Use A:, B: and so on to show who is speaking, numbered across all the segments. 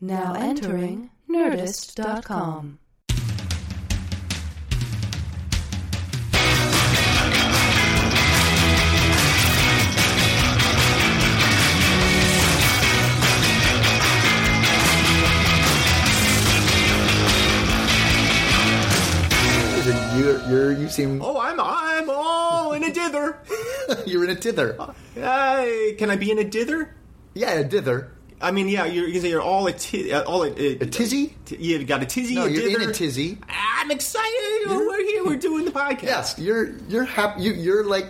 A: Now entering Nerdist.com.
B: You you you seem
C: Oh, I'm I'm all Oh, in a dither.
B: you're in a dither.
C: Hey, can I be in a dither?
B: Yeah, a dither.
C: I mean, yeah, you're, you say you're all a ti- uh, all a, a,
B: A tizzy?
C: T- yeah, you got a tizzy.
B: No,
C: a
B: you're
C: dither.
B: in a tizzy.
C: I'm excited. We're here. We're doing the podcast.
B: Yes, you're you're happy. You, you're like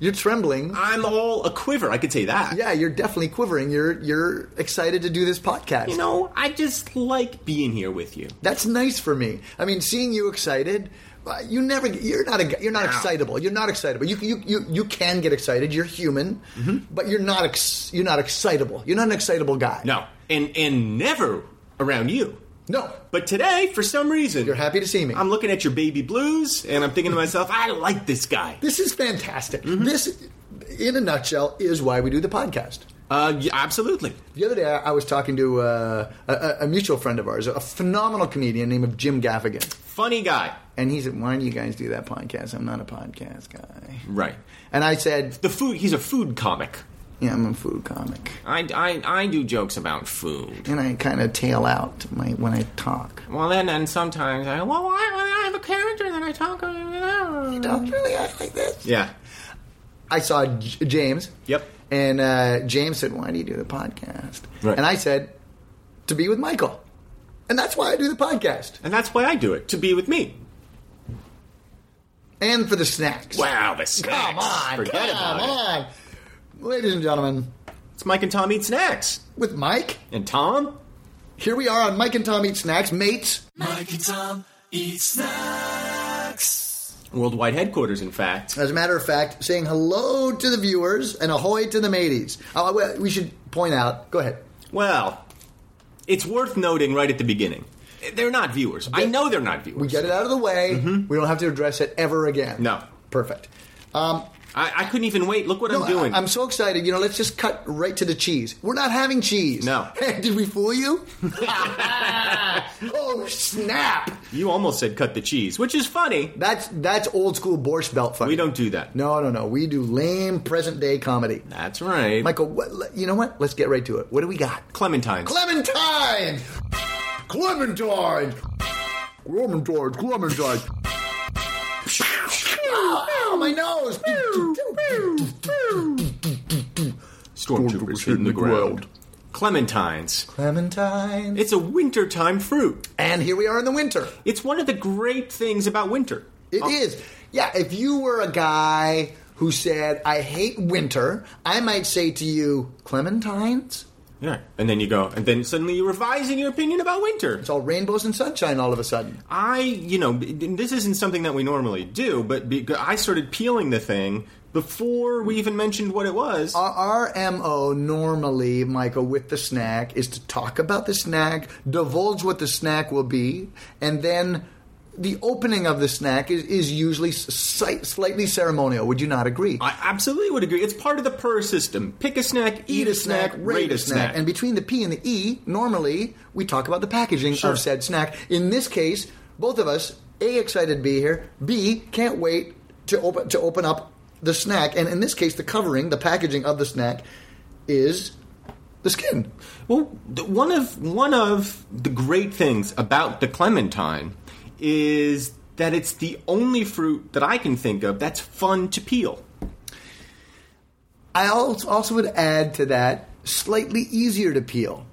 B: you're trembling.
C: I'm all a quiver. I could say that.
B: Yeah, you're definitely quivering. You're you're excited to do this podcast.
C: You know, I just like being here with you.
B: that's nice for me. I mean, seeing you excited. uh, You never. You're not. A, you're not excitable. You're not excitable. You you you, you can get excited. You're human,
C: Mm-hmm.
B: but you're not. Ex, you're not excitable. You're not an excitable guy.
C: No, and and never around you.
B: No.
C: But today, for some reason,
B: You're happy to see me.
C: I'm looking at your baby blues, and I'm thinking to myself, I like this guy.
B: This is fantastic.
C: Mm-hmm.
B: This, in a nutshell, is why we do the podcast.
C: Uh, yeah, absolutely.
B: The other day, I I was talking to uh, a- a, a mutual friend of ours, a phenomenal comedian named of Jim Gaffigan,
C: Funny guy.
B: and he said, "Why do you guys do that podcast? I'm not a podcast guy."
C: Right.
B: And I said,
C: The food. He's a food comic.
B: "Yeah, I'm a food comic,
C: I, I, I do jokes about food.
B: and I kind of tail out my when I talk."
C: Well, then, and sometimes I, well, I, I have a character that I talk about.
B: Don't really act like this.
C: Yeah.
B: I saw J- James.
C: Yep.
B: And uh, James said, "Why do you do the podcast?"
C: Right.
B: And I said, "To be with Michael." And that's why I do the podcast.
C: And that's why I do it, to be with me.
B: and for the snacks.
C: Wow, the snacks.
B: Come on,
C: Forget
B: come
C: about it.
B: on. Ladies and gentlemen,
C: It's Mike and Tom Eat Snacks.
B: with Mike,
C: And Tom?
B: here we are on Mike and Tom Eat Snacks, mates.
C: Worldwide headquarters, in fact.
B: As a matter of fact, saying hello to the viewers and ahoy to the mateys. Oh, we- we should point out. Go ahead.
C: Well, it's worth noting right at the beginning. They're not viewers. I know they're not viewers.
B: We get it out of the way. We don't have to address it ever again.
C: Mm-hmm. No.
B: Perfect.
C: I, I couldn't even wait. Look what I'm doing.
B: I, am so excited. You know, let's just cut right to the cheese. We're not having cheese.
C: No.
B: Hey, did we fool you? oh snap!
C: you almost said cut the cheese, which is funny.
B: That's that's old school Borscht Belt funny.
C: We don't do that.
B: No, no, no. We do lame present day comedy.
C: That's right.
B: Michael, what, you know what? Let's get right to it. What do we got?
C: Clementines.
B: Clementine! Clementine! Clementine, Clementine. Ow, my nose!
C: Stormtroopers hitting the ground. Clementines.
B: Clementine.
C: It's a wintertime fruit.
B: And here we are in the winter.
C: It's one of the great things about winter.
B: It is. Yeah, if you were a guy who said, I hate winter, I might say to you, Clementines?
C: Yeah. And then you go, and then suddenly you're revising your opinion about winter.
B: It's all rainbows and sunshine all of a sudden.
C: I, you know, this isn't something that we normally do, but be- I started peeling the thing before we even mentioned what it was.
B: Our MO normally, Michael, with the snack is to talk about the snack, divulge what the snack will be, and then the opening of the snack is, is usually s- slight- slightly ceremonial. Would you not agree?
C: I absolutely would agree. It's part of the PER system. Pick a snack, eat, a snack, rate a snack.
B: And between the P and the E, normally we talk about the packaging
C: Sure.
B: of said snack. In this case, both of us, A, excited to be here, B, can't wait to open, to open up the snack. And in this case, the covering, the packaging of the snack is the skin.
C: Well, th- one of one of the great things about the clementine is that it's the only fruit that I can think of that's fun to peel.
B: I al- also would add to that slightly easier to peel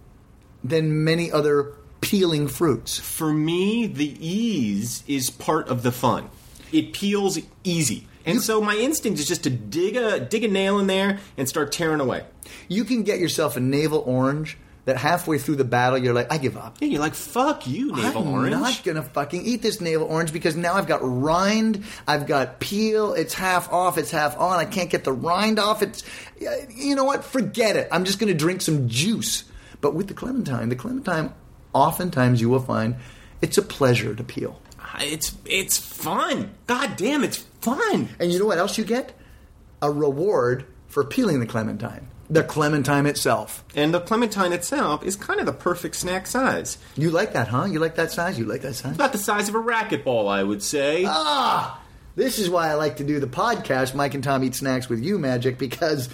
B: than many other peeling fruits.
C: For me, the ease is part of the fun. It peels easy. And so my instinct is just to dig a dig a nail in there and start tearing away.
B: You can get yourself a navel orange that halfway through the battle you're like, I give up.
C: And you're like, "Fuck you, navel
B: I'm
C: orange."
B: not gonna fucking eat this navel orange because now I've got rind, I've got peel. It's half off, it's half on. I can't get the rind off. It's, uh, you know what? Forget it. I'm just gonna drink some juice. But with the clementine, the clementine, oftentimes you will find, it's a pleasure to peel.
C: it's it's fun. God damn, it's fun.
B: And you know what else you get? A reward for peeling the clementine. The clementine itself.
C: And the clementine itself is kind of the perfect snack size.
B: You like that, huh? You like that size? You like that size?
C: About the size of a racquetball, I would say.
B: Uh, This is why I like to do the podcast, Mike and Tom Eat Snacks with You Magic, because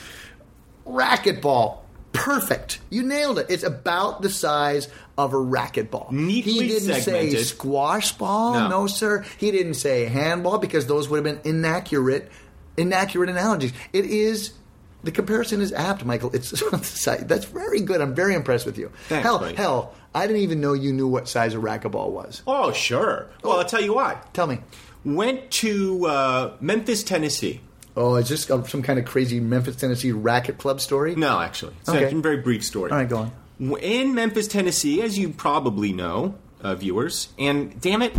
B: racquetball, perfect. You nailed it. It's about the size of a racquetball.
C: Neatly
B: he didn't say
C: segmented.
B: squash ball, no.
C: No.
B: sir. He didn't say handball because those would have been inaccurate, inaccurate analogies. It is. The comparison is apt, Michael. It's the size. That's very good. I'm very impressed with you.
C: Thanks,
B: hell,
C: buddy.
B: hell, I didn't even know you knew what size a racquetball was.
C: oh, sure. Well, I'll tell you what.
B: Tell me.
C: Went to uh, Memphis, Tennessee.
B: Oh, is this uh, some kind of crazy Memphis, Tennessee racket club story?
C: No, actually. It's
B: Okay.
C: a very brief story.
B: All right, go on.
C: In Memphis, Tennessee, as you probably know, uh, viewers, and damn it,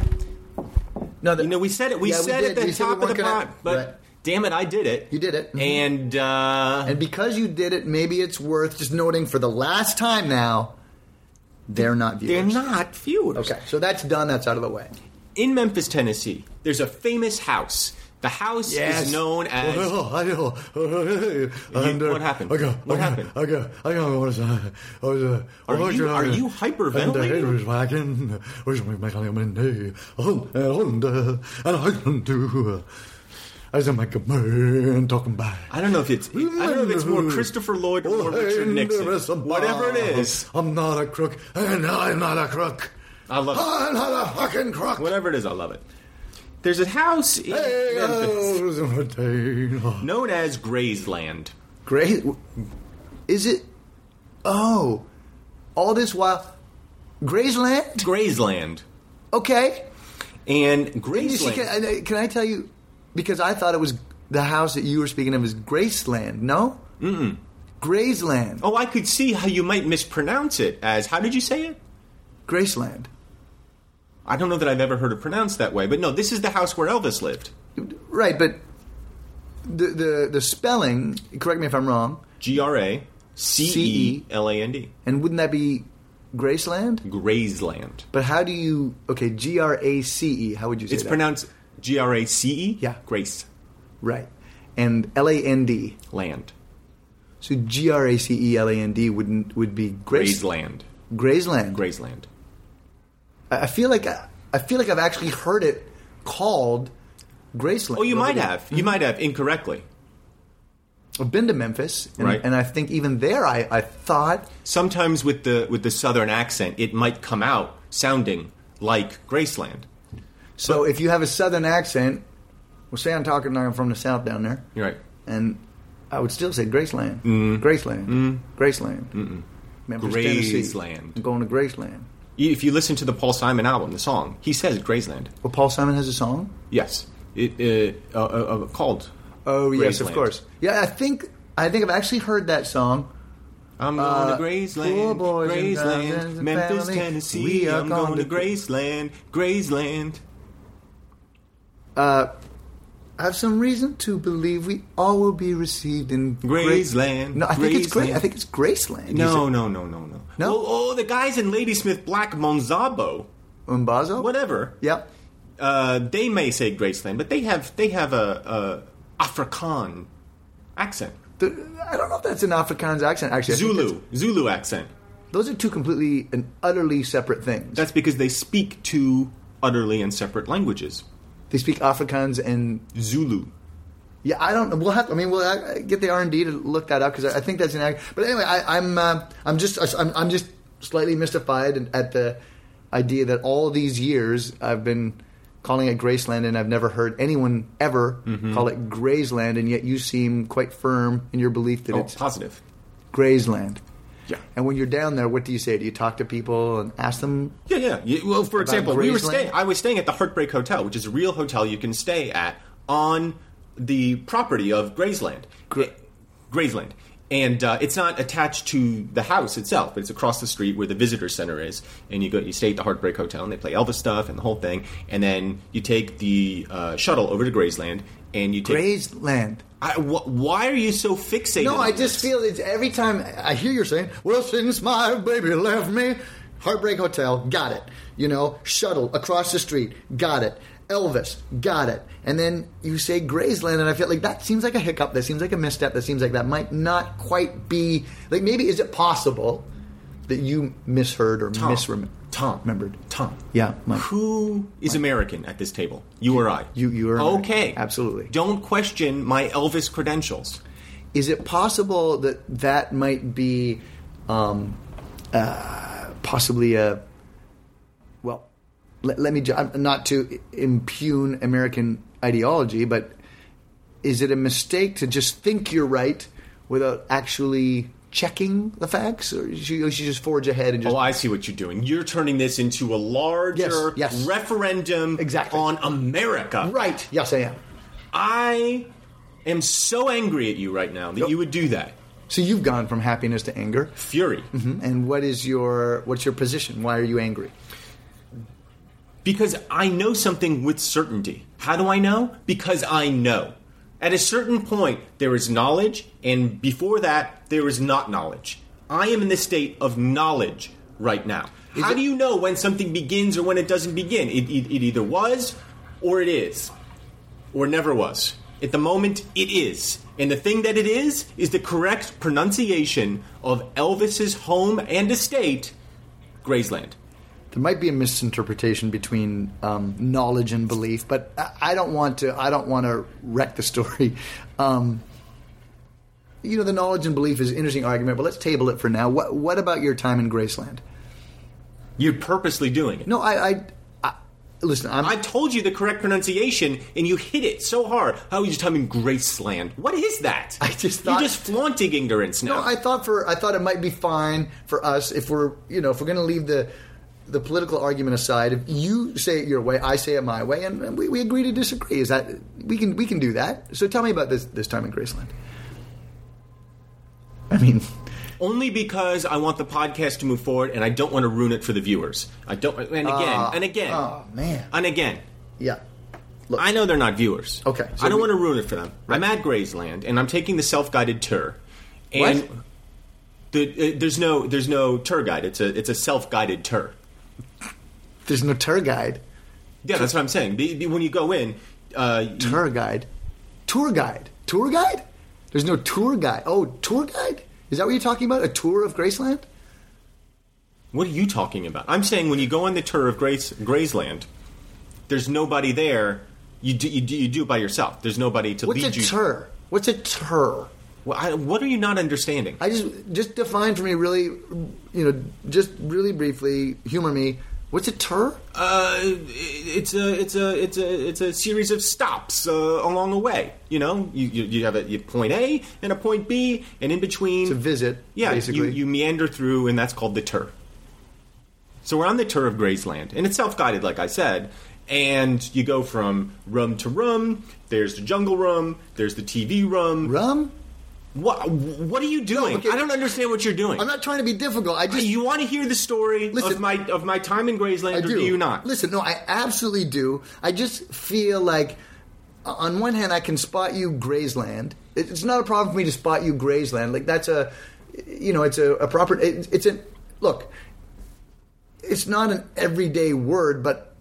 B: No, the,
C: you know, we said it. We
B: Yeah, we
C: said
B: did.
C: at the
B: We said we
C: top of
B: weren't
C: the
B: gonna-
C: pot, but
B: Right.
C: damn it, I did it. Mm-hmm.
B: You did it. Mhm.
C: And, uh,
B: and because you did it, maybe it's worth just noting for the last time now, they're not viewers.
C: they're not viewers.
B: Okay, so that's done. That's out of the way.
C: In Memphis, Tennessee, there's a famous house. The house is known as
B: And, uh,
C: what happened?
B: I go,
C: What
B: I go,
C: happened?
B: I go, I go, what is that? I was, uh,
C: Are
B: what
C: you-
B: was
C: are
B: that?
C: you hyperventilating?
B: And, uh, it was wagging, uh, was my- my calling my name, and, uh, and, uh, and I couldn't do, uh, I said, my good man, talking back.
C: I don't know if it's I don't know if it's more Christopher Lloyd or more
B: Oh,
C: Richard
B: and
C: Nixon.
B: there is a bar.
C: Whatever it is,
B: I'm not a crook, and I'm not a crook.
C: I love it.
B: I'm not a fucking crook.
C: Whatever it is, I love it. There's a house in
B: Hey, uh,
C: Memphis
B: oh,
C: known as Graysland.
B: Great. Is it? Oh, all this while, Graysland.
C: Graysland.
B: Okay.
C: And
B: You see, can,
C: Graysland.
B: I- can I tell you? Because I thought it was the house that you were speaking of is Graceland. No. Mm. Graysland.
C: Oh, I could see how you might mispronounce it as how did you say it?
B: Graceland.
C: I don't know that I've ever heard it pronounced that way, but no, this is the house where Elvis lived.
B: Right, but the the the spelling. Correct me if I'm wrong.
C: G R A C E L A N D.
B: And wouldn't that be Graceland?
C: Graysland.
B: But how do you? Okay, G R A C E. How would you say
C: It's
B: that?
C: pronounced G R A C E.
B: Yeah.
C: Grace
B: right. And L A N D.
C: land.
B: So G R A C E L A N D wouldn't would be Grace,
C: Graysland.
B: Graceland.
C: Graysland.
B: I I feel like I, I feel like I've actually heard it called Graceland.
C: Oh, you might have.
B: Mm-hmm.
C: You might have incorrectly.
B: I've been to Memphis, and,
C: Right.
B: and I think even there, I, I thought
C: Sometimes with the with the southern accent, it might come out sounding like Graceland.
B: so. If you have a Southern accent, well, say I'm talking I'm from the South down there,
C: You're right.
B: and I would still say Graceland,
C: Mm-hmm.
B: Graceland, Graceland, Mm-mm. Memphis, Tennessee.
C: Graceland.
B: I'm going to Graceland.
C: You- If you listen to the Paul Simon album, the song, he says Graceland.
B: Well, Paul Simon has a song.
C: Yes, it uh, uh, uh, called.
B: Oh yes, of
C: Graceland.
B: course. Yeah, I think I think I've actually heard that song.
C: I'm going to
B: Uh, poor
C: Graceland,
B: boys and guns
C: Graceland,
B: and
C: Memphis,
B: family, we
C: Tennessee.
B: are
C: I'm going to
B: gonna-
C: Graceland, Graceland.
B: I have some reason to believe we all will be received in Gra-
C: Graceland,
B: No, I think it's great.
C: Graceland.
B: I think it's Graceland.
C: No, no, no, no, no.
B: No?
C: Oh, oh, the guys in Ladysmith Black Monzabo,
B: Umbazo.
C: whatever.
B: Yep.
C: Uh, they may say Graceland, but they have they have a, a Afrikaan accent,
B: Th- I don't know if that's an Afrikaans accent. Actually, I think
C: Zulu Zulu accent.
B: that's- Those are two completely and utterly separate things.
C: That's because they speak two utterly and separate languages.
B: they speak Afrikaans and
C: Zulu.
B: yeah, I don't. We'll have. I mean, we'll uh, get the R and D to look that up because I, I think that's an. ac- But anyway, I, I'm uh, I'm just I'm, I'm just slightly mystified and- at the idea that all these years I've been calling it Graceland and I've never heard anyone ever call it Graysland, and yet you seem quite firm in your belief that
C: Oh,
B: it's
C: positive.
B: Graysland.
C: Yeah.
B: And when you're down there, what do you say? Do you talk to people and ask them?
C: Yeah, yeah. You- Well, for example, we were
B: Graceland?
C: staying. I was staying at the Heartbreak Hotel, which is a real hotel you can stay at on the property of Graysland. Gra- Graysland. And uh, it's not attached to the house itself. It's across the street where the visitor center is, and you go, you stay at the Heartbreak Hotel, and they play Elvis stuff and the whole thing. And then you take the uh, shuttle over to Graysland, and you take.
B: Graysland.
C: I, wh- why are you so fixated?
B: No,
C: on
B: I just
C: this?
B: feel it's every time I hear you saying, "Well, since my baby left me," Heartbreak Hotel, got it. You know, shuttle across the street, got it. Elvis, got it. And then you say Graysland, and I feel like that seems like a hiccup. That seems like a misstep. That seems like that might not quite be like. Maybe is it possible that you misheard or
C: Tom.
B: misremembered?
C: Tom.
B: remembered.
C: Tom.
B: Yeah, Mike.
C: Who is American at this table? You or I?
B: You- you or I.
C: okay?
B: Absolutely.
C: Don't question my Elvis credentials.
B: is it possible that that might be um, uh, possibly a well let, let me ju- I'm- not to impugn american ideology but is it a mistake to just think you're right without actually checking the facts or should you should just forge ahead and just
C: Oh, I see what you're doing. You're turning this into a larger
B: Yes, yes.
C: referendum
B: Exactly.
C: on America.
B: right yes i am
C: I am so angry at you right now that you would do that.
B: so you've gone from happiness to anger
C: Fury.
B: and what is your what's your position why are you angry
C: Because I know something with certainty. How do I know? Because I know. At a certain point, there is knowledge, and before that, there is not knowledge. I am in the state of knowledge right now. How
B: it-
C: do you know when something begins or when it doesn't begin? It, it, it either was or it is, or never was. At the moment, it is. And the thing that it is is the correct pronunciation of Elvis's home and estate, Graysland.
B: There might be a misinterpretation between um, knowledge and belief, but I, I don't want to. I don't want to wreck the story. Um, you know, the knowledge and belief is an interesting argument, but let's table it for now. What What about your time in Graceland?
C: You're purposely doing it.
B: No, I, I, I listen. I'm,
C: I told you the correct pronunciation, and you hit it so hard. How are you timing Graceland? What is that? I
B: just thought-
C: you're just flaunting ignorance now.
B: No, I thought for I thought it might be fine for us if we're you know if we're going to leave the the political argument aside. If you say it your way, I say it my way, and, and we, we agree to disagree. Is that we can we can do that? So tell me about this this time in Graceland. I mean,
C: Only because I want the podcast to move forward, and I don't want to ruin it for the viewers. I don't. And again, and again,
B: oh man,
C: and again.
B: yeah.
C: I know they're not viewers.
B: Okay, so
C: I don't
B: we-
C: want to ruin it for them. I'm at Graysland, and I'm taking the self-guided tour. And
B: What?
C: The, uh, there's no there's no tour guide. It's a it's a self-guided tour.
B: There's no tour guide.
C: Yeah, that's what I'm saying. Be- be- When you go in, uh,
B: Tour guide. Tour guide. Tour guide. There's no tour guide. Oh, tour guide. Is that what you're talking about? A tour of Graceland?
C: What are you talking about? I'm saying when you go on the tour of Grace, Graysland, there's nobody there. You do, you do you do it by yourself. There's nobody to
B: What's
C: lead
B: a
C: you.
B: tour? What's a tour?
C: Well, I, what are you not understanding?
B: I just just define for me really, you know, just really briefly. Humor me. What's a tour?
C: uh, it's a it's a it's a it's a series of stops uh, along the way. You know, you, you you have a you point A and a point B, and in between
B: It's a visit,
C: Um, Yeah,
B: basically.
C: you you meander through, and that's called the tour. So we're on the tour of Graysland, and it's self guided, like I said. And you go from room to room. There's the jungle room. There's the TV room.
B: Rum?
C: What what are you doing?
B: okay.
C: I don't understand what you're doing.
B: I'm not trying to be difficult. I just
C: you want to hear the story
B: Listen.
C: of my of my time in Graysland,
B: I
C: or
B: do.
C: do. you not?
B: Listen, no, I absolutely do. I just feel like, uh, on one hand, I can spot you Graysland. It- It's not a problem for me to spot you Graysland. Like that's a, you know, it's a, a proper. It, it's a look. It's not an everyday word, but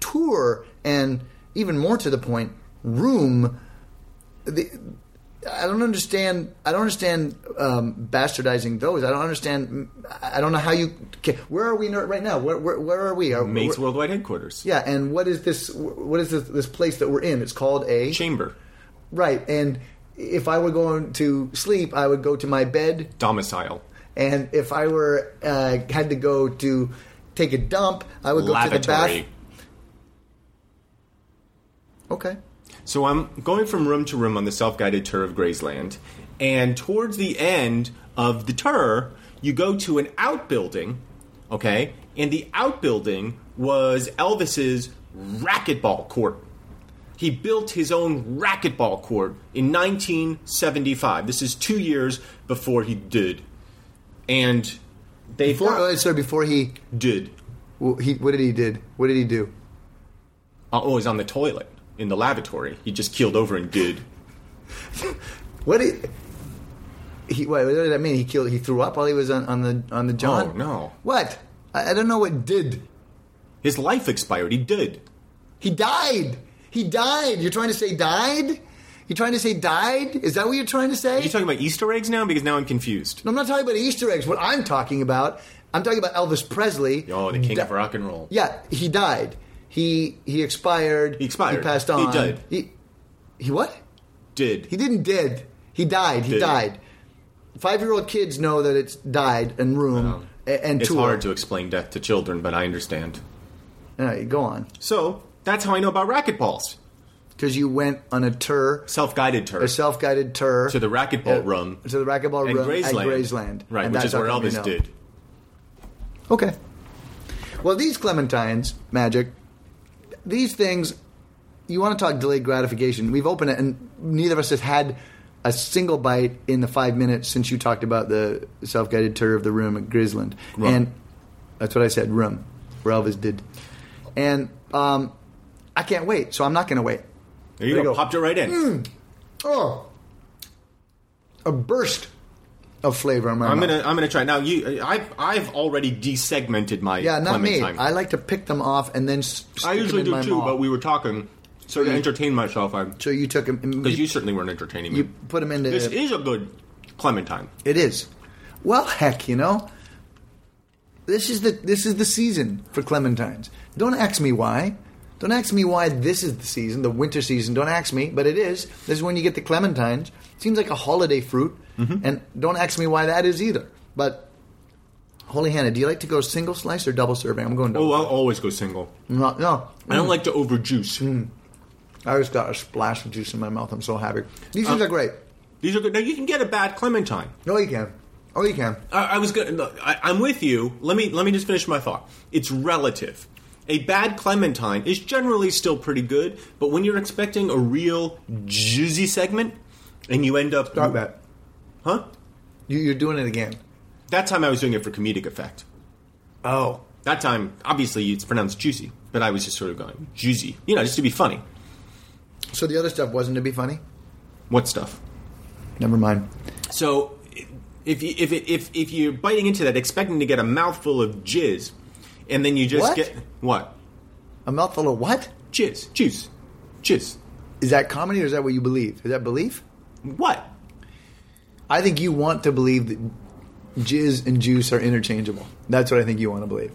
B: tour and even more to the point, room. The, I don't understand. I don't understand um, bastardizing those. I don't understand. I don't know how you. Okay, where are we ner- right now? Where, where, where are we? Are,
C: Mates
B: where-
C: Worldwide Headquarters.
B: yeah, and what is this? What is this, this place that we're in? It's called a
C: chamber
B: right. And if I were going to sleep, I would go to my bed,
C: domicile
B: and if I were uh, had to go to take a dump, I would go to the
C: lavatory.
B: bath. Okay.
C: So I'm going from room to room on the self-guided tour of Graysland, and towards the end of the tour, you go to an outbuilding, okay? And the outbuilding was Elvis's racquetball court. He built his own racquetball court in 1975. This is two years before he did. And they
B: Before,
C: got-
B: oh, sorry, before he,
C: did.
B: wh- he, what did he did? What did he do?
C: Uh, oh, he's on the toilet in the lavatory. He just keeled over and did.
B: What did he? Wait, what did that mean? He killed. He threw up while he was on, on the on the John.
C: Oh, no.
B: What? I, I don't know what did.
C: His life expired. He did.
B: He died. He died. You're trying to say died? You're trying to say died? Is that what you're trying to say?
C: Are you talking about Easter eggs now? Because now I'm confused.
B: No, I'm not talking about Easter eggs. What I'm talking about, I'm talking about Elvis Presley.
C: Oh, the king
B: Di-
C: of rock and roll.
B: Yeah, he died. He he expired.
C: He expired.
B: He passed
C: He
B: on.
C: died.
B: He, he what?
C: Did.
B: He didn't dead. He died. He
C: Did.
B: died. Five year old kids know that it's died and room
C: Um,
B: a- and
C: it's
B: tour.
C: hard to explain death to children, but I understand.
B: All right, go on.
C: So that's how I know about racquetballs.
B: Because you went on a tour,
C: Self-guided tour
B: a self guided tour
C: to the racquetball
B: uh,
C: room
B: to the racquetball
C: and
B: room
C: Graceland,
B: at Graceland,
C: right?
B: And
C: Which
B: that's
C: is where
B: how come you
C: Elvis
B: know.
C: did.
B: Okay. Well, these clementines, magic, these things. You want to talk delayed gratification? We've opened it, and neither of us has had a single bite in the five minutes since you talked about the self-guided tour of the room at Grisland,
C: Room.
B: and that's what I said, room, where Elvis did, and um, I can't wait, so I'm not going to wait.
C: There you
B: There
C: go.
B: you go. Mm.
C: Popped it right in.
B: Oh, a burst of flavor in my
C: I'm
B: mouth.
C: gonna I'm gonna try now. You, I've I've already desegmented my
B: yeah, not me.
C: clementine.
B: I like to pick them off and then. s- Stick
C: I usually
B: them
C: do
B: in my
C: too,
B: mouth.
C: but we were talking, so to
B: Yeah.
C: entertain myself, I
B: So you took him
C: because you certainly weren't entertaining me.
B: You put them into
C: this is a good clementine.
B: it is. Well, heck, you know, this is the this is the season for clementines. Don't ask me why. Don't ask me why this is the season, the winter season. Don't ask me, but it is. This is when you get the clementines. Seems like a holiday fruit,
C: Mm-hmm.
B: and don't ask me why that is either. But holy Hannah, do you like to go single slice or double serving? I'm going
C: Oh,
B: double.
C: I'll always go single.
B: no, no.
C: I don't like to overjuice.
B: I always got a splash of juice in my mouth. I'm so happy.
C: Uh,
B: These things are great.
C: These are good. Now you can get a bad clementine.
B: No, you can. Oh, you can.
C: I, I was going. I, I'm with you. Let me let me just finish my thought. It's relative. A bad clementine is generally still pretty good, but when you're expecting a real juicy segment, and you end up
B: Stop that.
C: huh?
B: You, you're doing it again.
C: That time I was doing it for comedic effect.
B: Oh.
C: That time, obviously, it's pronounced juicy, but I was just sort of going juicy, you know, just to be funny.
B: So the other stuff wasn't to be funny?
C: What stuff?
B: Never mind.
C: So, if you, if it, if if you're biting into that, expecting to get a mouthful of jizz, and then you just
B: What?
C: get what
B: A mouthful of what?
C: jizz, juice, jizz.
B: Is that comedy or is that what you believe? Is that belief?
C: What?
B: I think you want to believe that jizz and juice are interchangeable. That's what I think you want to believe.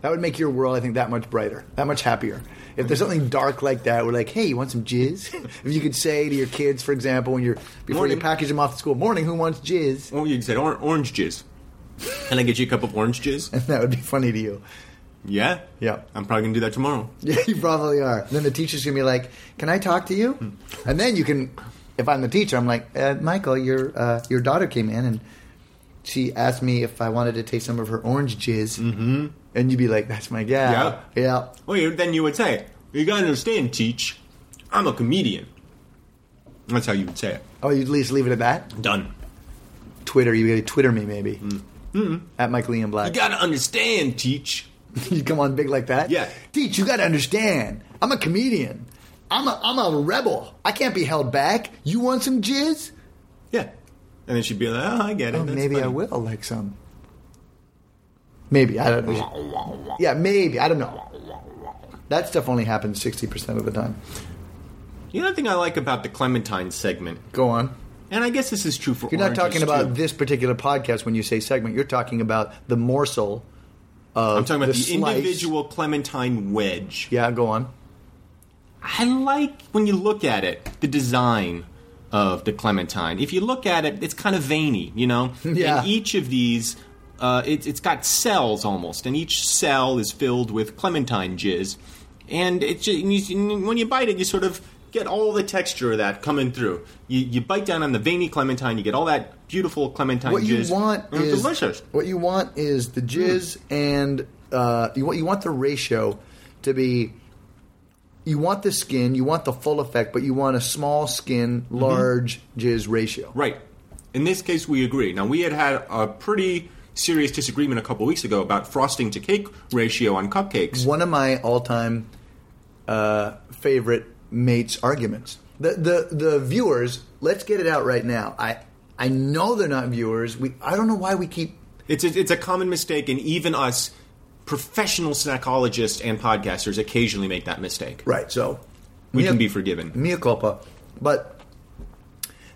B: That would make your world, I think, that much brighter, that much happier. If there's something dark like that, we're like, hey, you want some jizz? if you could say to your kids, for example, when you're before
C: Morning.
B: you package them off to school, morning, who wants jizz?
C: Or you said or- orange jizz. Can I get you a cup of orange jizz?
B: That would be funny to you.
C: Yeah.
B: Yeah.
C: I'm probably gonna do that tomorrow.
B: Yeah, you probably are. Then the teacher's gonna be like, "Can I talk to you?" And then you can, if I'm the teacher, I'm like, uh, "Michael, your uh, your daughter came in and she asked me if I wanted to taste some of her orange jizz." Mm-hmm. And you'd be like, "That's my gal."
C: Yeah.
B: Yeah.
C: Well, you- then you would say, "You gotta understand, teach. I'm a comedian." That's how you would say it.
B: Oh, you'd at least leave it at that.
C: Done.
B: Twitter, you gotta Twitter me maybe Mm-hmm. at Michael Ian
C: Mm. You
B: Black.
C: gotta understand, teach.
B: you come on big like that.
C: Yeah.
B: Teach, you got to understand. I'm a comedian. I'm a I'm a rebel. I can't be held back. You want some jizz?
C: Yeah. And then she'd be like, oh, I get it.
B: Oh,
C: That's
B: maybe I
C: funny."
B: will like some. Maybe I don't know. Yeah, maybe I don't know. That stuff only happens sixty percent of the time.
C: The other thing I like about the Clementine segment,
B: Go on.
C: and I guess this is true for
B: You're not
C: oranges,
B: talking about
C: too.
B: this particular podcast when you say segment. You're talking about the morsel.
C: I'm talking about
B: the
C: the,
B: slice.
C: individual Clementine wedge.
B: Yeah, go on.
C: I like when you look at it, the design of the clementine. If you look at it, it's kind of veiny, you know.
B: Yeah.
C: And each of these, uh, it's it's got cells almost, and each cell is filled with clementine jizz. And it's ju- and you, and when you bite it, you sort of get all the texture of that coming through. You, you bite down on the veiny clementine, you get all that beautiful clementine
B: What
C: jizz.
B: you want
C: And it's
B: is
C: Mm, delicious. Mm.
B: What you want is the jizz and uh, you want you want the ratio to be you want the skin, you want the full effect, but you want a small skin,
C: Mm-hmm.
B: large jizz ratio.
C: Right. In this case, we agree. Now, we had had a pretty serious disagreement a couple weeks ago about frosting to cake ratio on cupcakes.
B: One of my all-time uh, favorite mates arguments. The, the the viewers, let's get it out right now. I I know they're not viewers. We I don't know why we keep
C: It's a, it's a common mistake, and even us professional snackologists and podcasters occasionally make that mistake.
B: right. So
C: We
B: mea-
C: can be forgiven.
B: Mea culpa, but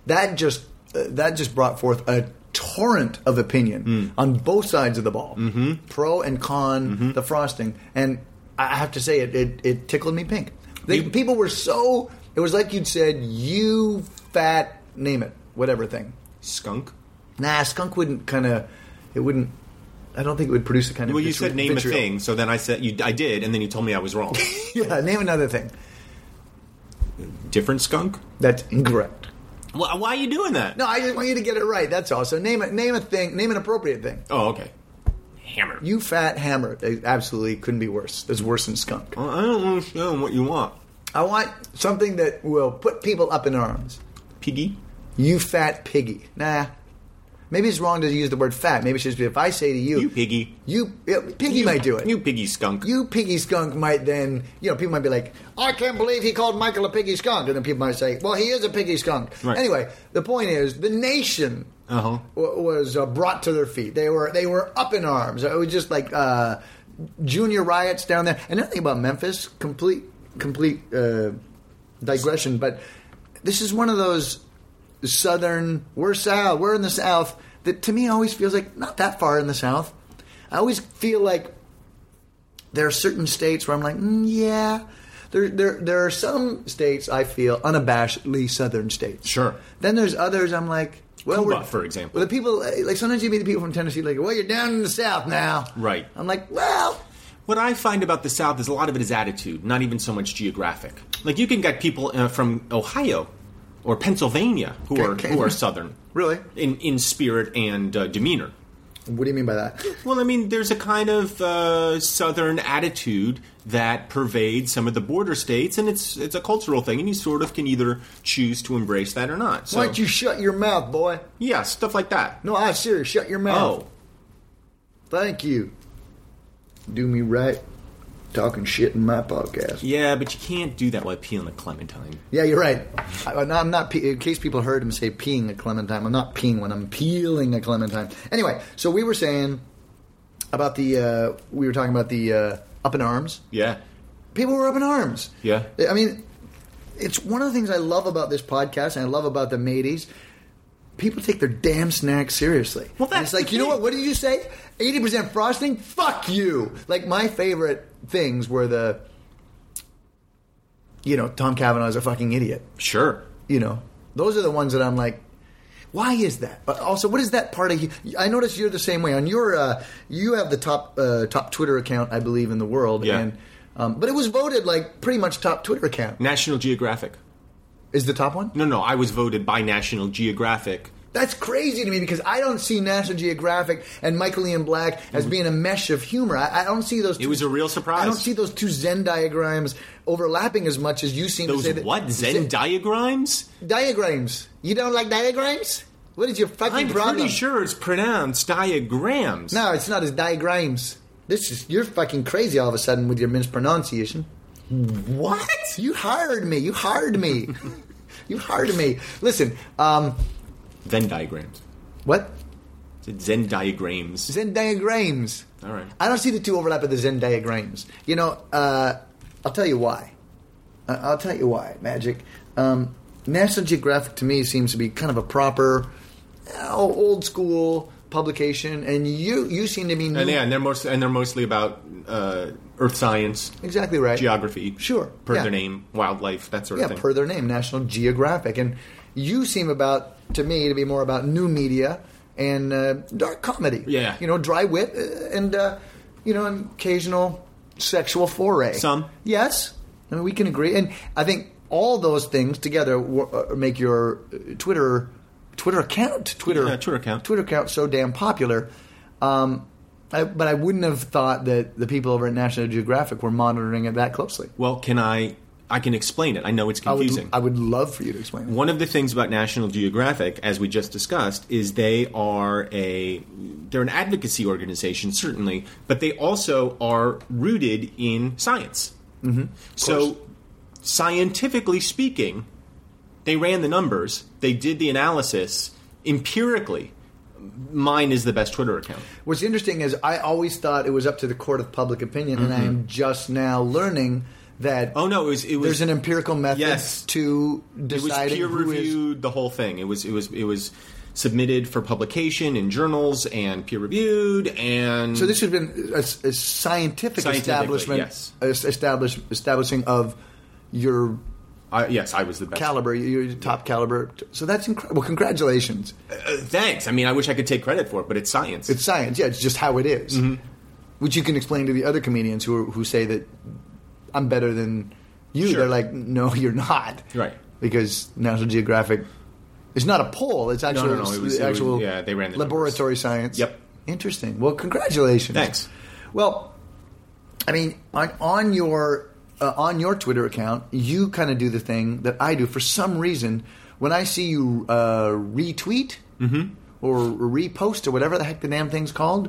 B: that just uh, that just brought forth a torrent of opinion
C: Hmm.
B: on both sides of the ball, mm-hmm. pro and con
C: Mm-hmm.
B: the frosting, and I have to say it it, it tickled me pink. They,
C: You-
B: people were so it was like you'd said you fat name it whatever thing.
C: Skunk?
B: Nah, skunk wouldn't kind of. It wouldn't. I don't think it would produce the kind of.
C: Well, you
B: vitri-
C: said name
B: vitriol.
C: a thing, so then I said you, I did, and then you told me I was wrong.
B: Yeah, name another thing.
C: Different skunk?
B: That's incorrect.
C: Why, why are you doing that?
B: No, I just want you to get it right. That's all. So name a name a thing. Name an appropriate thing.
C: Oh, okay. Hammer.
B: You fat hammer. They absolutely couldn't be worse. That's worse than skunk.
C: I don't understand what you want.
B: I want something that will put people up in arms.
C: Piggy?
B: You fat piggy. Nah. Maybe it's wrong to use the word fat. Maybe it should be if I say to you,
C: You piggy.
B: you yeah, piggy might do it.
C: You piggy skunk.
B: you piggy skunk might then you know people might be like i can't believe he called michael a piggy skunk and then people might say well he is a piggy skunk
C: Right.
B: anyway the point is the nation
C: Uh-huh.
B: wa- was uh, brought to their feet they were they were up in arms it was just like uh, junior riots down there and another thing about memphis complete complete uh, digression but this is one of those southern we're south we're in the south that to me always feels like not that far in the south i always feel like there are certain states where I'm like, mm, yeah. There, there, there are some states I feel unabashedly Southern states.
C: Sure.
B: Then there's others I'm like, well,
C: Cuba,
B: we're-
C: for example.
B: Well, the people eh, like sometimes you meet the people from Tennessee like, well, you're down in the South now.
C: Right.
B: I'm like, well,
C: What I find about the South is a lot of it is attitude, not even so much geographic. Like you can get people uh, from Ohio or Pennsylvania who are
B: Okay.
C: who are Southern,
B: Really?
C: in in spirit and uh, demeanor.
B: what do you mean by that?
C: Well, I mean, there's a kind of uh, Southern attitude that pervades some of the border states, and it's it's a cultural thing, and you sort of can either choose to embrace that or not. So,
B: Why don't you shut your mouth, boy?
C: yeah, stuff like that.
B: No, I serious. Shut your mouth.
C: Oh,
B: Thank you. Do me right. Talking shit in my podcast.
C: yeah, but you can't do that while peeling a clementine.
B: Yeah, you're right. I, I'm not. pe- In case people heard him say peeing a clementine, I'm not peeing when I'm peeling a clementine. Anyway, so we were saying about the. Uh, we were talking about the uh, up in arms.
C: Yeah,
B: People were up in arms.
C: Yeah.
B: I mean, it's one of the things I love about this podcast, and I love about the mateys. People take their damn snacks seriously.
C: Well,
B: And it's
C: that's the
B: like you know
C: thing.
B: what? What did you say? Eighty percent frosting. Fuck you. Like my favorite things were the. You know, Tom Kavanaugh's a fucking idiot
C: sure.
B: you know those are the ones that i'm like why is that but also what is that part of you i notice you're the same way on your uh, you have the top uh, top twitter account i believe in the world
C: Yeah.
B: and um, but it was voted like pretty much top twitter account
C: National Geographic.
B: is the top one
C: No, no, I was voted by National Geographic.
B: that's crazy to me because i don't see national geographic and michael ian black as being a mesh of humor i, I don't see those two,
C: Mm-hmm. It was a real surprise.
B: i don't see those two zen diagrams overlapping as much as you seem to
C: Those
B: say that,
C: what Zen diagrams?
B: diagrams you don't like diagrams what is your fucking
C: I'm
B: problem
C: pretty sure it's pronounced diagrams.
B: No, it's not as diagrams. This is you're fucking crazy all of a sudden with your mispronunciation.
C: What?
B: You hired me. You hired me. you hired me. Listen, um,
C: Venn diagrams.
B: what
C: It's Zen diagrams.
B: Zen diagrams?
C: All right.
B: I don't see the two overlap of the Zen diagrams. You know, uh, I'll tell you why. I- I'll tell you why. Magic. Um, National Geographic to me seems to be kind of a proper, uh, old school publication, and you you seem to be new.
C: and yeah, and they're most and they're mostly about uh, earth science,
B: exactly right.
C: geography.
B: Sure,
C: Per
B: yeah.
C: their name, wildlife, that sort
B: yeah,
C: of thing.
B: per their name, National Geographic. And you seem about to me to be more about new media and uh, dark comedy.
C: Yeah.
B: you know, dry wit uh, and uh, you know, an occasional sexual foray.
C: Some.
B: yes, I mean we can agree, and I think all those things together w- uh, make your uh, Twitter Twitter account Twitter
C: Yeah, Twitter account.
B: Twitter account so damn popular. Um, I, but I wouldn't have thought that the people over at National Geographic were monitoring it that closely.
C: well, can I I can explain it. I know it's
B: I would,
C: confusing.
B: I would love for you to explain. it.
C: One of the things about National Geographic, as we just discussed, is they are a they're an advocacy organization, certainly, but they also are rooted in science. so, scientifically speaking, they ran the numbers, they did the analysis empirically. Mine is the best Twitter account.
B: What's interesting is I always thought it was up to the court of public opinion, and I am just now learning that
C: Mm-hmm. Oh no, it was it was
B: there's an empirical method
C: Yes.
B: to
C: it was
B: deciding
C: peer
B: who is-
C: reviewed the whole thing it was it was it was submitted for publication in journals and peer reviewed and
B: So this has been a, a scientific
C: Scientifically,
B: establishment,
C: yes.
B: es- establish, establishing of your
C: I, yes i was the best
B: caliber, your top caliber. So that's incredible. Well, congratulations.
C: Uh, thanks i mean i wish i could take credit for it but it's science
B: It's science. Yeah, it's just how it is.
C: Mm-hmm.
B: Which you can explain to the other comedians who are, who say that I'm better than you.
C: Sure.
B: They're like, no, you're not.
C: Right.
B: Because National Geographic is not a poll. It's actual,
C: no, no, it was- it was-
B: actual
C: yeah, they ran the
B: laboratory science.
C: Yep.
B: Interesting. Well, congratulations.
C: Thanks.
B: Well, I mean, on, on your uh, on your Twitter account, you kind of do the thing that I do. For some reason, when I see you uh, retweet
C: Mm-hmm.
B: or repost or whatever the heck the damn thing's called,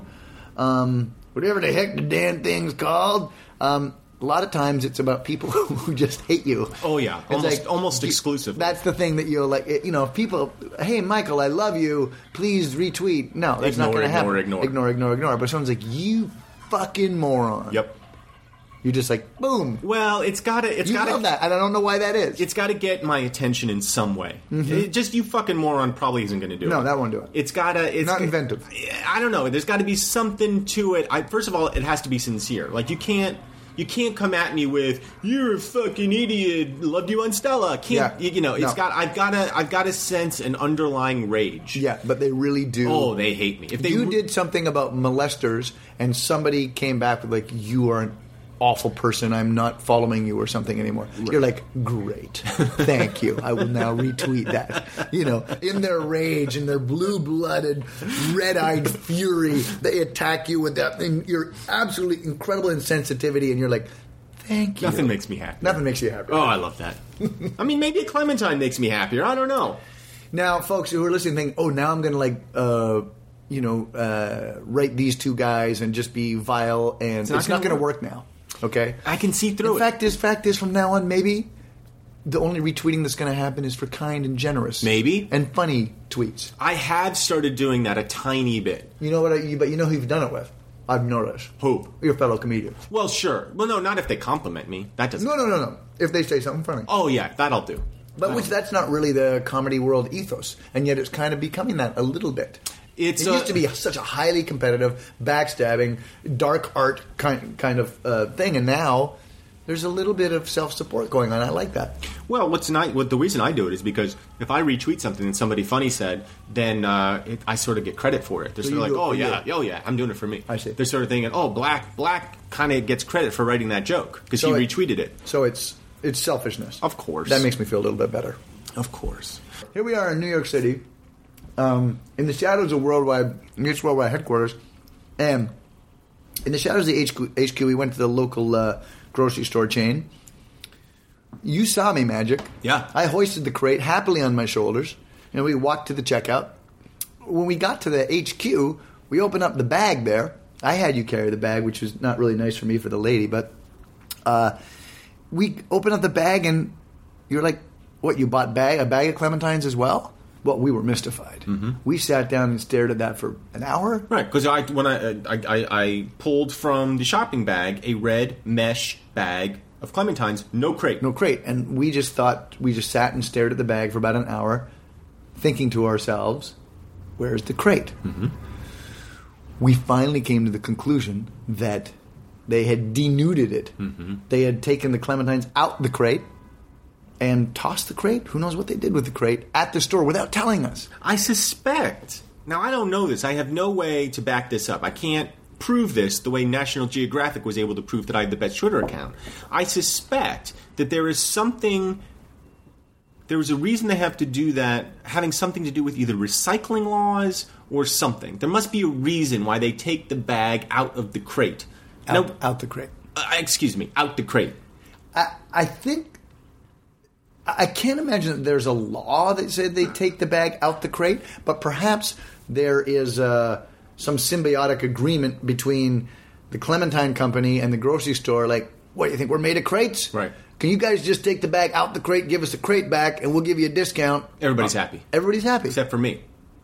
B: um, whatever the heck the damn thing's called, um, a lot of times it's about people who just hate you.
C: Oh, yeah.
B: It's
C: Almost- almost
B: you-
C: exclusively.
B: That's the thing that you're like, eh, you know, if people, hey Michael, I love you, please retweet. No, that's not
C: Ignore,
B: going to happen.
C: ignore, ignore.
B: ignore, ignore, ignore. But someone's like, you fucking moron.
C: yep
B: You're just like, boom.
C: well it's gotta it's
B: you
C: gotta
B: love that, and I don't know why that is.
C: it's gotta get my attention in some way It- just you fucking moron probably isn't gonna do it
B: Mm-hmm. No, that won't do it.
C: it's gotta it's
B: Not inventive.
C: I don't know. There's got to be something to it. I, first of all, it has to be sincere. Like you can't you can't come at me with "you're a fucking idiot," "loved you on Stella." Can't
B: Yeah.
C: you know? It's
B: No.
C: got I've got to I've got to sense an underlying rage.
B: yeah, but they really do.
C: Oh, they hate me. If they
B: you did something about molesters, and somebody came back with like, "You are an awful person. I'm not following you or something anymore." You're like, "Great, thank you. I will now retweet that." You know, in their rage, in their blue-blooded, red-eyed fury, they attack you with that, and your absolutely incredible insensitivity, and you're like, "Thank you."
C: nothing makes me happy.
B: Nothing makes you happy.
C: Oh, I love that. I mean, maybe a clementine makes me happier. I don't know.
B: Now, folks who are listening, think, "Oh, now I'm going to like, uh, you know, uh, write these two guys and just be vile," and it's
C: not
B: not,
C: gonna
B: going to work. now. Okay.
C: I can see through
B: In
C: it.
B: fact, is fact is from now on, maybe the only retweeting that's going to happen is for kind and generous,
C: Maybe.
B: and funny tweets.
C: I have started doing that a tiny bit.
B: You know what? I, you, but you know who you've done it with? I've noticed.
C: Who?
B: Your fellow comedians.
C: Well, sure. Well, no, not if they compliment me. That doesn't.
B: No, no, no, no. If they say something funny.
C: Oh yeah, that'll do.
B: But
C: Um,
B: which that's not really the comedy world ethos, and yet it's kind of becoming that a little bit.
C: It's
B: it
C: a-
B: used to be such a highly competitive, backstabbing, dark art kind kind of uh, thing, and now there's a little bit of self support going on. I like that.
C: Well, what's not what the reason I do it is because if I retweet something that somebody funny said, then uh, it, I sort of get credit for it. They're
B: So
C: sort of like,
B: you
C: oh
B: do it for
C: yeah, oh yeah, I'm doing it for me.
B: I see.
C: They're sort of thinking, oh black, black kind of gets credit for writing that joke because
B: So
C: he
B: it-
C: retweeted it.
B: So it's it's selfishness.
C: Of course.
B: that makes me feel a little bit better.
C: Of course.
B: Here we are in New York City, um, in the shadows of worldwide Mutes Worldwide headquarters, and in the shadows of the HQ, HQ we went to the local uh, grocery store chain. You saw me, Magic.
C: Yeah.
B: I hoisted the crate happily on my shoulders, and we walked to the checkout. When we got to the HQ, we opened up the bag there. I had you carry the bag, which was not really nice for me for the lady, but uh, we opened up the bag, and you're like, "What? You bought bag a bag of clementines as well?" Well, we were mystified. We sat down and stared at that for an hour.
C: Right, because I when I, I I I pulled from the shopping bag a red mesh bag of clementines, no crate.
B: No crate, and we just thought we just sat and stared at the bag for about an hour, thinking to ourselves, "Where's the crate?" Mm-hmm. We finally came to the conclusion that they had denuded it. Mm-hmm. They had taken the clementines out the crate and tossed the crate. Who knows what they did with the crate at the store without telling us?
C: I suspect. Now, I don't know this. I have no way to back this up. I can't prove this the way National Geographic was able to prove that I had the best Twitter account. I suspect that there is something. There is a reason they have to do that, having something to do with either recycling laws or something. There must be a reason why they take the bag out of the crate.
B: Out,
C: no,
B: out the crate.
C: uh, excuse me, out the crate.
B: I, I think I I can't imagine that there's a law that said they take the bag out the crate, but perhaps there is uh, some symbiotic agreement between the Clementine Company and the grocery store. Like, what you think we're made of crates?
C: Right.
B: Can you guys just take the bag out the crate, give us the crate back, and we'll give you a discount?
C: Everybody's happy.
B: Everybody's happy,
C: Except for me.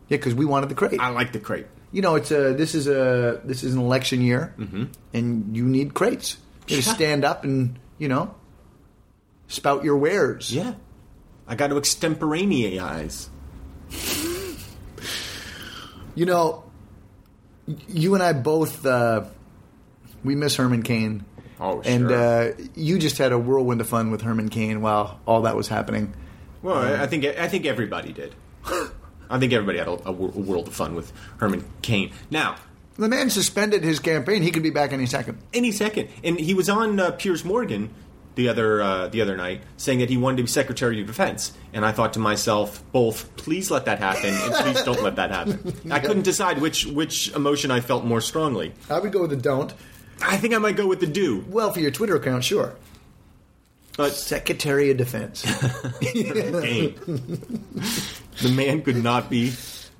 B: yeah, because we wanted the crate
C: I like the crate.
B: you know, it's a this is a this is an election year,
C: Mm-hmm.
B: and you need crates You to
C: Yeah.
B: stand up and you know spout your wares.
C: Yeah. I got to extemporaneize.
B: You know, y- you and I both uh, we miss Herman Cain.
C: Oh,
B: And
C: sure.
B: uh, you just had a whirlwind of fun with Herman Cain while all that was happening.
C: Well, I I think I think everybody did. I think everybody had a, a wor- a world of fun with Herman Cain. Now,
B: The man suspended his campaign. He could be back any second.
C: any second, and he was on uh, Piers Morgan the other uh, the other night saying that he wanted to be Secretary of Defense, and I thought to myself, both please let that happen and please don't let that happen. I couldn't decide which which emotion I felt more strongly.
B: I would go with the don't.
C: I think I might go with the do,
B: Well, for your Twitter account, sure.
C: but
B: Secretary of Defense.
C: Cain. the man could not be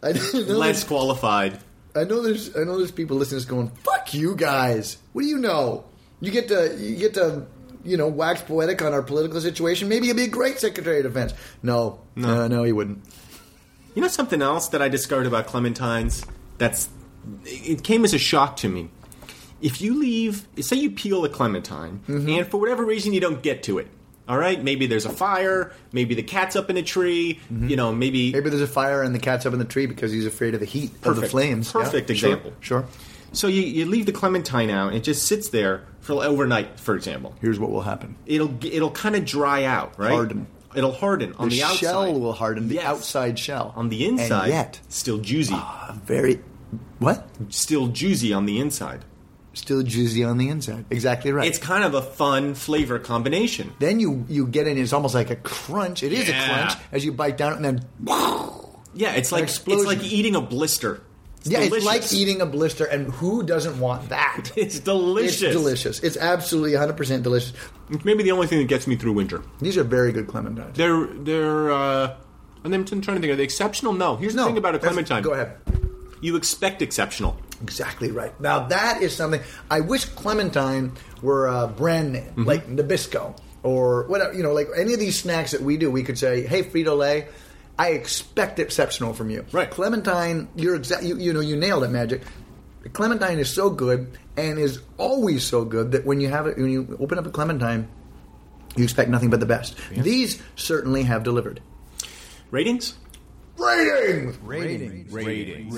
B: I didn't know
C: less qualified.
B: I know there's I know there's people listening that's going, "Fuck you guys! What do you know? You get to you get to you know wax poetic on our political situation. Maybe you'll be a great Secretary of Defense." No, no, no, he wouldn't.
C: You know something else that I discovered about clementines? That's it came as a shock to me. If you leave, say you peel a clementine, and for whatever reason you don't get to it. All right, maybe there's a fire, maybe the cat's up in a tree, you know, Mm-hmm. maybe,
B: Maybe there's a fire and the cat's up in the tree because he's afraid of the heat of the
C: Perfect.
B: flames. Yeah,
C: Perfect
B: sure,
C: example.
B: Sure,
C: so you, you leave the clementine out and it just sits there for overnight, for example.
B: Here's what will happen:
C: It'll it'll kind of dry out, right?
B: Harden.
C: It'll harden on the, outside.
B: shell will harden. The
C: Yes.
B: outside shell
C: on the inside.
B: And yet, ah.
C: still juicy,
B: a very what?
C: still juicy on the inside.
B: Still juicy on the inside. Exactly right.
C: It's kind of a fun flavor combination.
B: then you you get in. It's almost like a crunch. It is
C: Yeah.
B: a crunch as you bite down, and then
C: Yeah, it's like
B: explosion.
C: it's like eating a blister. It's
B: Yeah,
C: delicious.
B: it's like eating a blister, and who doesn't want that?
C: It's delicious.
B: It's delicious. It's absolutely 100% delicious.
C: It's Maybe the only thing that gets me through winter.
B: These are very good clementines.
C: They're they're. Uh, and I'm trying to think. Are they exceptional? No. Here's the thing about a
B: that's-
C: clementine.
B: Go ahead.
C: You expect exceptional.
B: Exactly right. Now, that is something. I wish clementine were a brand name, like Nabisco or whatever, you know, like any of these snacks that we do, we could say, hey, Frito Lay. I expect exceptional from you.
C: Right.
B: Clementine, you're exact. You, you know, you nailed it, Magic. Clementine is so good and is always so good that when you have it, when you open up a clementine, you expect nothing but the best. These certainly have delivered.
C: Ratings.
B: Ratings.
C: Ratings.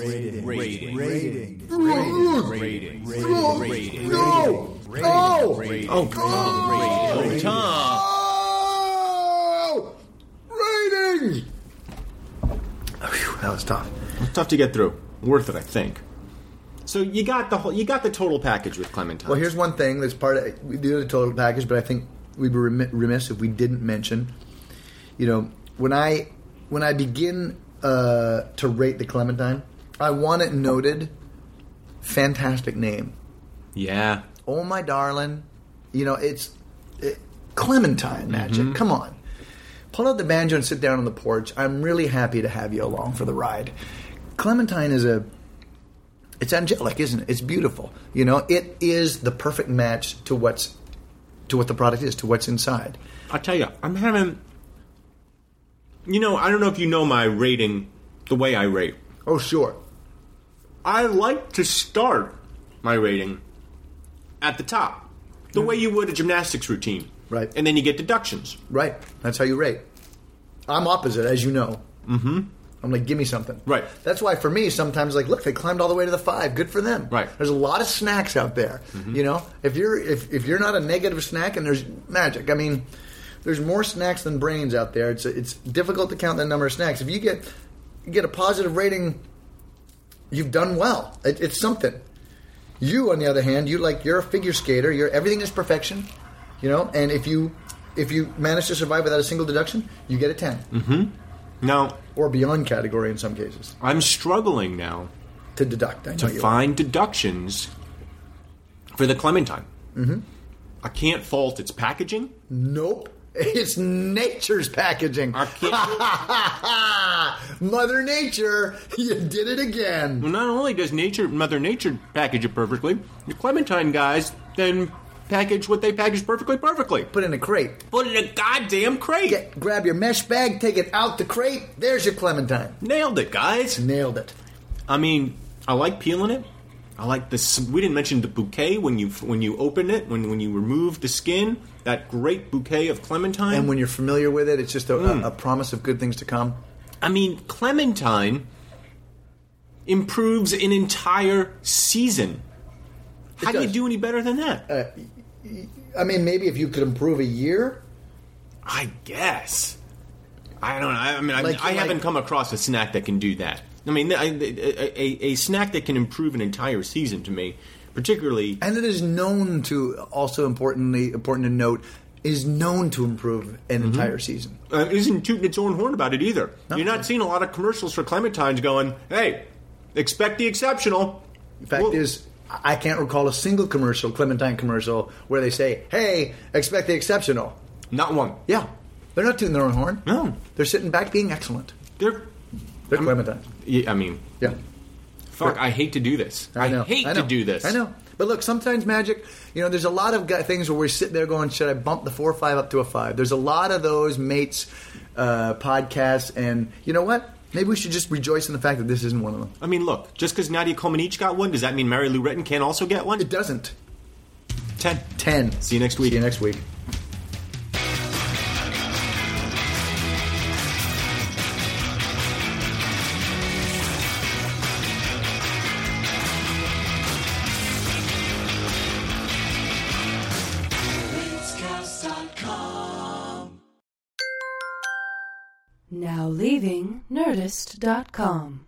B: No. No.
C: Oh, Tom. Tom.
B: Oh! Ratings. Oh, Phew, that was tough.
C: It's tough to get through. Worth it, I think. So you got the whole. You got the total package with clementine.
B: Well, here's one thing that's part of we do the total package, but I think we'd be remi- remiss if we didn't mention. You know, when I when I begin uh, to rate the Clementine, I want it noted. Fantastic name,
C: yeah.
B: oh my darling. You know, it's it, Clementine magic. Come on, pull out the banjo and sit down on the porch. I'm really happy to have you along for the ride. Clementine is a it's angelic, isn't it? It's beautiful. You know, it is the perfect match to what's to what the product is, to what's inside.
C: I tell you, I'm having. You know, I don't know if you know my rating, the way I rate.
B: Oh, sure.
C: I like to start my rating at the top, the way you would a gymnastics routine.
B: Right.
C: And then you get deductions.
B: Right. That's how you rate. I'm opposite, as you know. Mm-hmm. I'm like, give me something.
C: Right.
B: That's why for me, sometimes like, look, they climbed all the way to the five. Good for them.
C: Right. Mm-hmm.
B: There's a lot of snacks out there. You know, if you're if, if you're not a negative snack, and there's magic. I mean, there's more snacks than brains out there. It's it's difficult to count the number of snacks. If you get you get a positive rating, you've done well. It, it's something. You, on the other hand, you like you're a figure skater. You're everything is perfection, you know. And if you if you manage to survive without a single deduction, you get a 10
C: Mm-hmm. Now,
B: or beyond category in some cases
C: I'm struggling now
B: to deduct. I know
C: to
B: you.
C: find deductions for the Clementine. Mm-hmm. I can't fault its packaging.
B: Nope. It's nature's packaging.
C: Our kid-
B: Mother Nature, you did it again.
C: Well, not only does nature, Mother Nature package it perfectly, the Clementine guys then package what they package perfectly, perfectly.
B: Put in a crate.
C: Put it in a goddamn crate.
B: Get, grab your mesh bag, take it out the crate. There's your clementine.
C: Nailed it, guys.
B: Nailed it.
C: I mean, I like peeling it. I like this. We didn't mention the bouquet when you when you open it when when you remove the skin. That great bouquet of clementine.
B: And when you're familiar with it, it's just a, a, a promise of good things to come.
C: I mean, clementine improves an entire season. How do you
B: does. Uh,
C: do any better than that?
B: I mean, maybe if you could improve a year,
C: I guess. I don't know. I I mean, I,
B: Like-
C: I
B: like-
C: haven't come across a snack that can do that. I mean, I- a, a, a snack that can improve an entire season to me, particularly.
B: and it is known to also importantly important to note is known to improve an entire season.
C: uh, isn't tooting its own horn about it either. You're not seeing a lot of commercials for clementines going, "Hey, expect the exceptional."
B: In fact,
C: Well-
B: is I I can't recall a single commercial, Clementine commercial, where they say, "Hey, expect the exceptional."
C: Not one.
B: Yeah, they're not tooting their own horn.
C: No.
B: they're sitting back being excellent.
C: They're.
B: They're Clementine.
C: Yeah, I mean,
B: Yeah,
C: fuck. I hate to do this. I, hate to
B: know.
C: do this.
B: I know. But look, sometimes magic, you know, there's a lot of gu- things where we sit there going, should I bump the four or five up to a five? There's a lot of those mates uh, podcasts, and you know what? Maybe we should just rejoice in the fact that this isn't one of them.
C: I mean, look. Just because Nadia Comaneci got one, does that mean Mary Lou Retton can't also get one?
B: It doesn't.
C: Ten.
B: Ten.
C: See you next week.
B: See you next week.
A: Now leaving Nerdist.com.